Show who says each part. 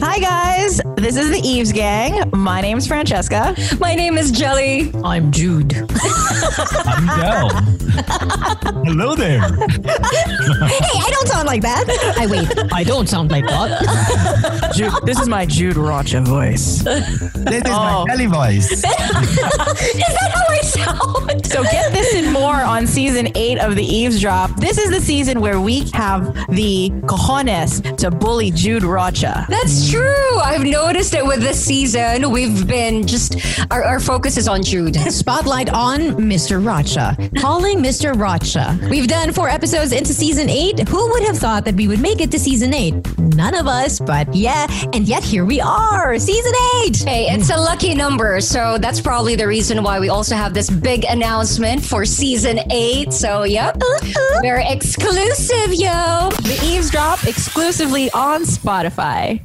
Speaker 1: Hi, guys. This is the Eves Gang. My name's Francesca.
Speaker 2: My name is Jelly.
Speaker 3: I'm Jude.
Speaker 4: I'm Del. Hello there.
Speaker 1: Hey, I don't sound like that.
Speaker 3: I wait. I don't sound like that.
Speaker 5: Jude, this is my Jude Rocha voice.
Speaker 4: This is
Speaker 5: Oh.
Speaker 4: my belly voice.
Speaker 2: Is that how I sound?
Speaker 1: So get this and more on season eight of the Eavesdrop. This is the season where we have the cojones to bully Jude Rocha.
Speaker 2: That's true. I've noticed it with this season. We've been just, our, our focus is on Jude.
Speaker 3: Spotlight on Mr. Racha. Calling Mr. Racha. We've done four episodes into season eight. Who would have thought that we would make it to season eight? None of us, but yeah. And yet here we are, season eight.
Speaker 2: Hey, it's a lucky number. So that's probably the reason why we also have this big announcement for season eight. So, yep.
Speaker 1: Uh-huh.
Speaker 2: We're exclusive, yo.
Speaker 1: The Eavesdrop exclusively on Spotify.